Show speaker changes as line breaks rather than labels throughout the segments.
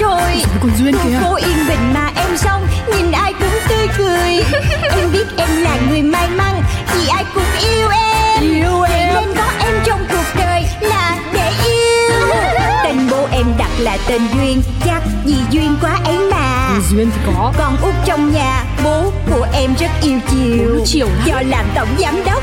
còn duyên à? kìa
cô yên bình mà em xong nhìn ai cũng tươi cười em biết em là người may mắn vì ai cũng yêu em
Yêu
Vậy
em.
nên có em trong cuộc đời là để yêu tên bố em đặt là tên duyên chắc vì duyên quá ấy mà
Thì duyên thì có
con út trong nhà bố của em rất yêu
Bố
chiều
nó chiều lắm.
do làm tổng giám đốc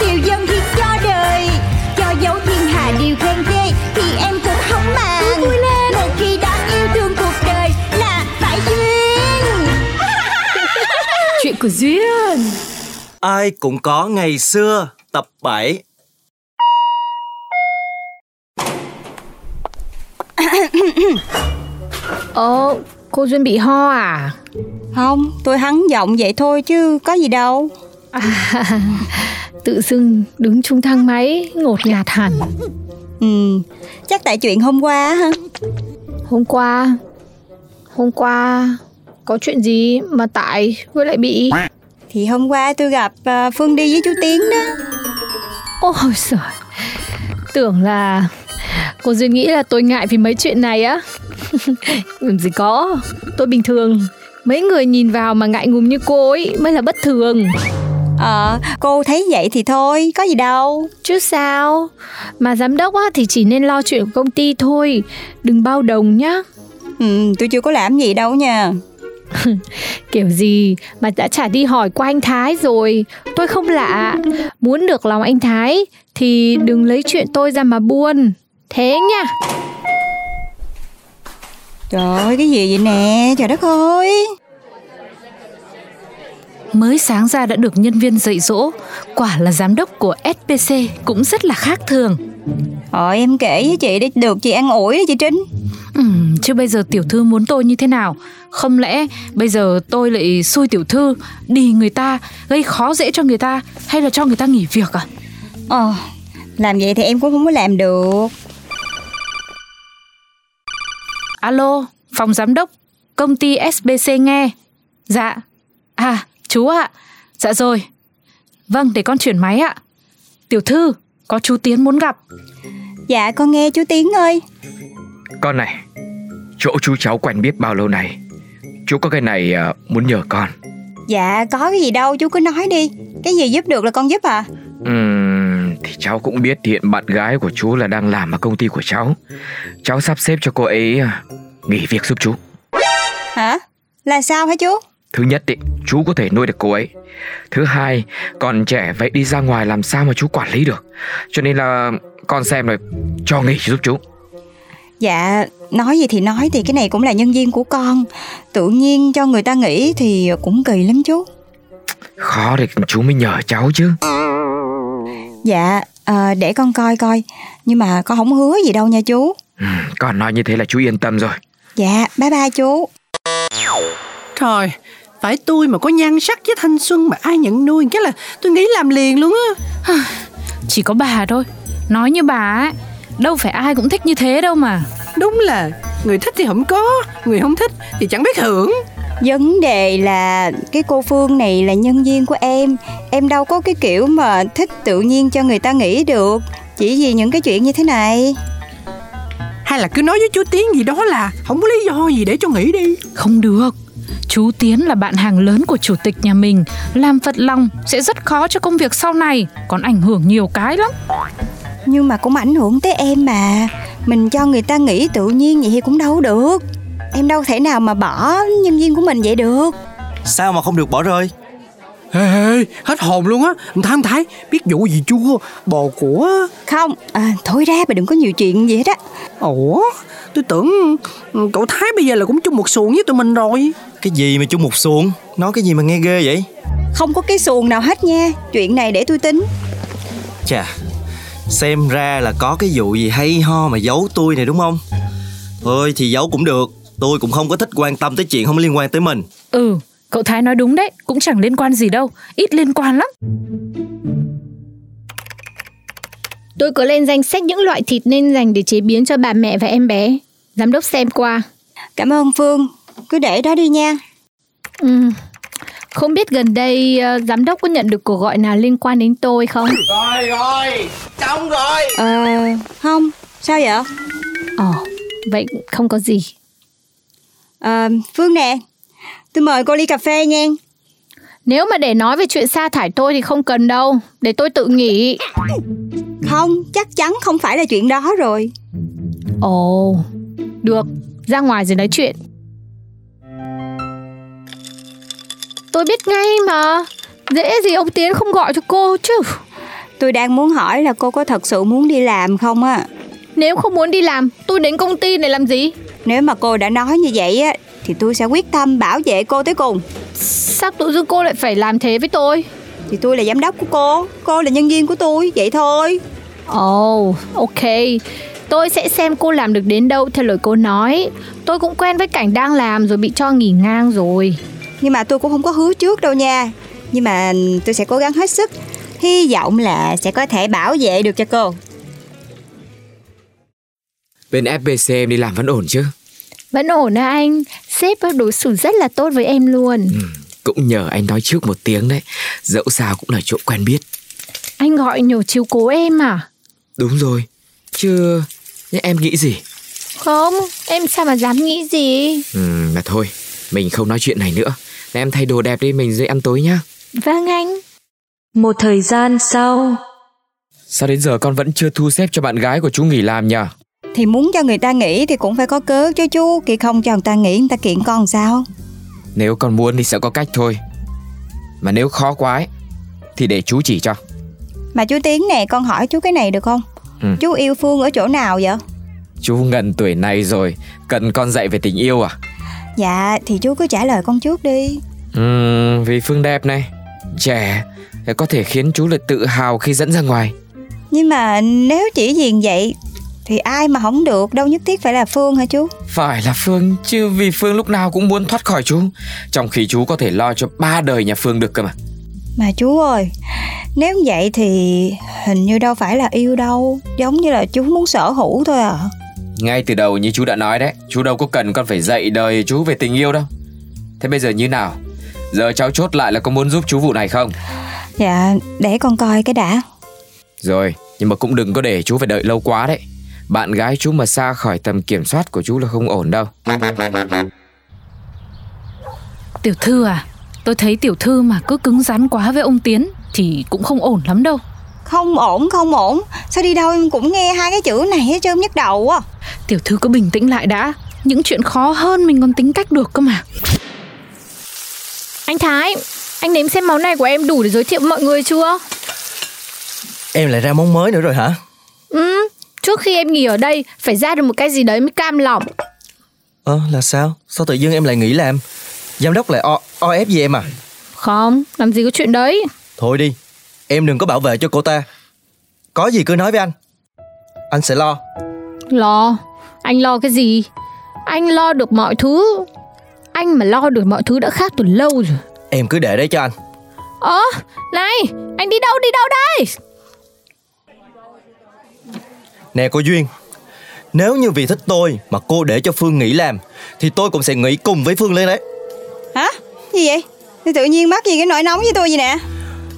Điều dân hiến cho đời Cho dấu thiên hà điều khen ghê Thì em cũng không màng
vui lên.
Một khi đã yêu thương cuộc đời Là phải duyên
Chuyện của duyên
Ai cũng có ngày xưa tập 7
Ồ, Ờ, cô Duyên bị ho à?
Không, tôi hắn giọng vậy thôi chứ có gì đâu
Tự dưng đứng chung thang máy ngột ngạt hẳn.
Ừ, chắc tại chuyện hôm qua á ha
Hôm qua, hôm qua có chuyện gì mà tại với lại bị?
Thì hôm qua tôi gặp à, Phương đi với chú Tiến đó
Ôi giời, tưởng là cô Duyên nghĩ là tôi ngại vì mấy chuyện này á. Làm gì có, tôi bình thường. Mấy người nhìn vào mà ngại ngùng như cô ấy mới là bất thường.
Ờ, cô thấy vậy thì thôi, có gì đâu
Chứ sao Mà giám đốc á, thì chỉ nên lo chuyện của công ty thôi Đừng bao đồng nhá
Ừ, tôi chưa có làm gì đâu nha
Kiểu gì mà đã trả đi hỏi qua anh Thái rồi Tôi không lạ Muốn được lòng anh Thái Thì đừng lấy chuyện tôi ra mà buồn Thế nha
Trời ơi, cái gì vậy nè, trời đất ơi
Mới sáng ra đã được nhân viên dạy dỗ Quả là giám đốc của SPC cũng rất là khác thường
Ờ em kể với chị để được chị an ủi đó chị Trinh
Ừm, Chứ bây giờ tiểu thư muốn tôi như thế nào Không lẽ bây giờ tôi lại xui tiểu thư Đi người ta gây khó dễ cho người ta Hay là cho người ta nghỉ việc à
Ờ Làm vậy thì em cũng không có làm được
Alo phòng giám đốc công ty SBC nghe Dạ À chú ạ Dạ rồi Vâng để con chuyển máy ạ Tiểu thư có chú Tiến muốn gặp
Dạ con nghe chú Tiến ơi
Con này Chỗ chú cháu quen biết bao lâu này Chú có cái này à, muốn nhờ con
Dạ có cái gì đâu chú cứ nói đi Cái gì giúp được là con giúp à
Ừm, Thì cháu cũng biết hiện bạn gái của chú là đang làm ở công ty của cháu Cháu sắp xếp cho cô ấy à, nghỉ việc giúp chú
Hả Là sao hả chú
Thứ nhất ý, chú có thể nuôi được cô ấy Thứ hai, còn trẻ vậy đi ra ngoài làm sao mà chú quản lý được Cho nên là con xem rồi cho nghỉ giúp chú
Dạ nói gì thì nói thì cái này cũng là nhân viên của con Tự nhiên cho người ta nghỉ thì cũng kỳ lắm chú
Khó thì chú mới nhờ cháu chứ
Dạ ờ, để con coi coi Nhưng mà con không hứa gì đâu nha chú
Ừm, Con nói như thế là chú yên tâm rồi
Dạ bye bye chú
Trời, phải tôi mà có nhan sắc với thanh xuân mà ai nhận nuôi cái là tôi nghĩ làm liền luôn á.
Chỉ có bà thôi Nói như bà ấy Đâu phải ai cũng thích như thế đâu mà
Đúng là người thích thì không có, người không thích thì chẳng biết hưởng.
Vấn đề là cái cô Phương này là nhân viên của em Em đâu có cái kiểu mà thích tự nhiên cho người ta nghĩ được Chỉ vì những cái chuyện như thế này
Hay là cứ nói với chú Tiến gì đó là không có lý do gì để cho nghỉ đi.
Không được Chú Tiến là bạn hàng lớn của chủ tịch nhà mình Làm phật lòng sẽ rất khó cho công việc sau này Còn ảnh hưởng nhiều cái lắm
Nhưng mà cũng ảnh hưởng tới em mà Mình cho người ta nghĩ tự nhiên vậy thì cũng đâu được Em đâu thể nào mà bỏ nhân viên của mình vậy được
Sao mà không được bỏ rơi
Hê hê, hết hồn luôn á. Ông Thái, ông Thái, biết vụ gì chua, bò của...
Không, à, thôi ra bà đừng có nhiều chuyện gì hết á
Ủa, tôi tưởng ừ, cậu Thái bây giờ là cũng chung một xuồng với tụi mình rồi.
Cái gì mà chung một xuồng Nói cái gì mà nghe ghê vậy
Không có cái xuồng nào hết nha Chuyện này để tôi tính
Chà Xem ra là có cái vụ gì hay ho mà giấu tôi này đúng không Thôi thì giấu cũng được Tôi cũng không có thích quan tâm tới chuyện không liên quan tới mình
Ừ Cậu Thái nói đúng đấy, cũng chẳng liên quan gì đâu, ít liên quan lắm.
Tôi có lên danh sách những loại thịt nên dành để chế biến cho bà mẹ và em bé. Giám đốc xem qua.
Cảm ơn Phương, cứ để đó đi nha.
Ừ. Không biết gần đây ờ, giám đốc có nhận được cuộc gọi nào liên quan đến tôi không?
Ờ, không, sao vậy?
Ồ, Ờ, vậy không có gì.
Ờ, Phương nè, tôi mời cô ly cà phê nha.
Nếu mà để nói về chuyện sa thải tôi thì không cần đâu, để tôi tự nghỉ.
Không, chắc chắn không phải là chuyện đó rồi.
Ồ, được, ra ngoài rồi nói chuyện. Tôi biết ngay mà, dễ gì ông Tiến không gọi cho cô chứ.
Tôi đang muốn hỏi là cô có thật sự muốn đi làm không á.
Nếu không muốn đi làm, tôi đến công ty này làm gì?
Nếu mà cô đã nói như vậy á, thì tôi sẽ quyết tâm bảo vệ cô tới cùng.
Sao tự dưng cô lại phải làm thế với tôi?
Thì tôi là giám đốc của cô, cô là nhân viên của tôi, vậy thôi.
Ồ, oh, ok. Tôi sẽ xem cô làm được đến đâu theo lời cô nói. Tôi cũng quen với cảnh đang làm rồi bị cho nghỉ ngang rồi.
Nhưng mà tôi cũng không có hứa trước đâu nha. Nhưng mà tôi sẽ cố gắng hết sức. Hy vọng là sẽ có thể bảo vệ được cho cô.
Bên FBC em đi làm vẫn ổn chứ?
Vẫn ổn à anh? Sếp đối xử rất là tốt với em luôn.
Cũng nhờ anh nói trước một tiếng đấy. Dẫu sao cũng là chỗ quen biết.
Anh gọi nhiều chiếu cố em à?
Đúng rồi. Chứ nhưng em nghĩ gì?
Không, em sao mà dám nghĩ gì?
Ừ, mà thôi, mình không nói chuyện này nữa. Là em thay đồ đẹp đi, mình dậy ăn tối nhá.
Vâng anh.
Một thời gian sau,
Sao đến giờ con vẫn chưa thu xếp cho bạn gái của chú nghỉ làm nhỉ?
Thì muốn cho người ta nghỉ thì cũng phải có cớ chứ chú. Khi không cho người ta nghỉ, người ta kiện con sao?
Nếu con muốn thì sẽ có cách thôi. Mà nếu khó quá ấy, thì để chú chỉ cho.
Mà chú Tiến nè, con hỏi chú cái này được không?
Ừ.
Chú yêu Phương ở chỗ nào vậy?
Chú ngần tuổi này rồi, cần con dạy về tình yêu à?
Dạ, thì chú cứ trả lời con trước đi.
Ừ,
Ừm, vì Phương đẹp này, trẻ, có thể khiến chú lại tự hào khi dẫn ra ngoài.
Nhưng mà nếu chỉ vì vậy thì ai mà không được, đâu nhất thiết phải là Phương hả chú?
Phải là Phương, chứ vì Phương lúc nào cũng muốn thoát khỏi chú. Trong khi chú có thể lo cho ba đời nhà Phương được cơ mà.
Mà chú ơi, nếu vậy thì hình như đâu phải là yêu đâu, giống như là chú muốn sở hữu thôi à.
Ngay từ đầu như chú đã nói đấy, chú đâu có cần con phải dạy đời chú về tình yêu đâu. Thế bây giờ như nào? Giờ cháu chốt lại là có muốn giúp chú vụ này không?
Dạ, để con coi cái đã.
Rồi, nhưng mà cũng đừng có để chú phải đợi lâu quá đấy. Bạn gái chú mà xa khỏi tầm kiểm soát của chú là không ổn đâu.
Tiểu thư à, tôi thấy tiểu thư mà cứ cứng rắn quá với ông Tiến thì cũng không ổn lắm đâu.
Không ổn, không ổn, sao đi đâu em cũng nghe hai cái chữ này hết trơn nhức đầu á.
Tiểu thư cứ bình tĩnh lại đã, những chuyện khó hơn mình còn tính cách được cơ mà.
Anh Thái, anh nếm xem món này của em đủ để giới thiệu mọi người chưa?
Em lại ra món mới nữa rồi hả?
Ừ, trước khi em nghỉ ở đây phải ra được một cái gì đấy mới cam lòng.
Ờ, là sao? Sao tự dưng em lại nghỉ làm? Giám đốc lại o, o ép gì em à?
Không, làm gì có chuyện đấy.
Thôi đi, em đừng có bảo vệ cho cô ta. Có gì cứ nói với anh. Anh sẽ lo.
Lo, anh lo cái gì? Anh lo được mọi thứ. Anh mà lo được mọi thứ đã khác từ lâu rồi.
Em cứ để đấy cho anh.
Ơ, này, anh đi đâu đi đâu đây?
Nè cô Duyên, nếu như vì thích tôi mà cô để cho Phương nghỉ làm, thì tôi cũng sẽ nghỉ cùng với Phương lên đấy.
Hả? Gì vậy? Thì tự nhiên mắc gì cái nỗi nóng với tôi vậy nè?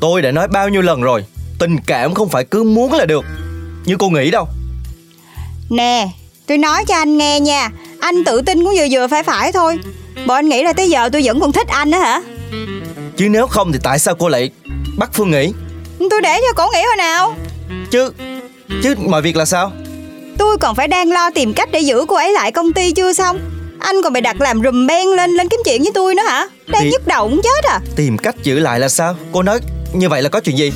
Tôi đã nói bao nhiêu lần rồi, tình cảm không phải cứ muốn là được. Như cô nghĩ đâu.
Nè, tôi nói cho anh nghe nha, anh tự tin cũng vừa vừa phải phải thôi. Bộ anh nghĩ là tới giờ tôi vẫn còn thích anh đó hả?
Chứ nếu không thì tại sao cô lại bắt Phương nghỉ?
Tôi để cho cổ nghĩ hồi nào?
Chứ, chứ mọi việc là sao?
Tôi còn phải đang lo tìm cách để giữ cô ấy lại công ty chưa xong Anh còn bị đặt làm rùm beng lên lên kiếm chuyện với tôi nữa hả Đang
Thì-
nhức đầu cũng chết à
Tìm cách giữ lại là sao? Cô nói như vậy là có chuyện gì?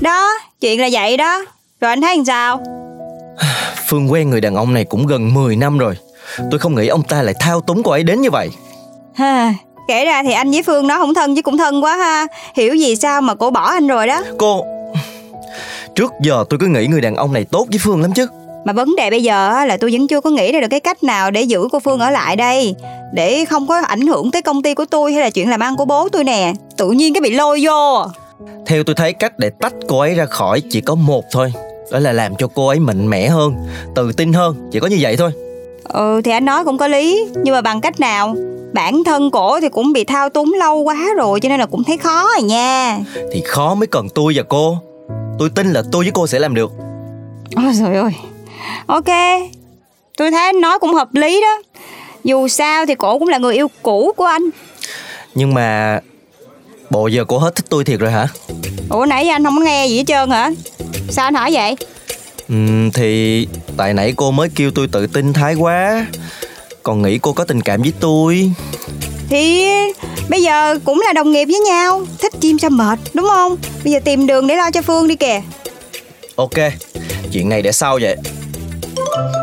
Đó chuyện là vậy đó Rồi anh thấy làm sao
Phương quen người đàn ông này cũng gần 10 năm rồi. Tôi không nghĩ ông ta lại thao túng cô ấy đến như vậy.
Ha, Kể ra thì anh với Phương nó không thân chứ cũng thân quá ha Hiểu gì sao mà cổ bỏ anh rồi đó
Cô Trước giờ tôi cứ nghĩ người đàn ông này tốt với Phương lắm chứ
Mà vấn đề bây giờ á, là tôi vẫn chưa có nghĩ ra được cái cách nào để giữ cô Phương ở lại đây Để không có ảnh hưởng tới công ty của tôi hay là chuyện làm ăn của bố tôi nè Tự nhiên cái bị lôi vô
Theo tôi thấy cách để tách cô ấy ra khỏi chỉ có một thôi Đó là làm cho cô ấy mạnh mẽ hơn, tự tin hơn Chỉ có như vậy thôi
Ừ thì anh nói cũng có lý Nhưng mà bằng cách nào Bản thân cổ thì cũng bị thao túng lâu quá rồi Cho nên là cũng thấy khó rồi nha
Thì khó mới cần tôi và cô Tôi tin là tôi với cô sẽ làm được
Ôi trời ơi Ok Tôi thấy anh nói cũng hợp lý đó Dù sao thì cổ cũng là người yêu cũ của anh
Nhưng mà Bộ giờ cô hết thích tôi thiệt rồi hả?
Ủa nãy giờ anh không có nghe gì hết trơn hả Sao anh hỏi vậy
Ừm, thì tại nãy cô mới kêu tôi tự tin thái quá Còn nghĩ cô có tình cảm với tôi
Thì bây giờ cũng là đồng nghiệp với nhau Thích chim sao mệt đúng không Bây giờ tìm đường để lo cho Phương đi kìa
Ok, chuyện này để sau vậy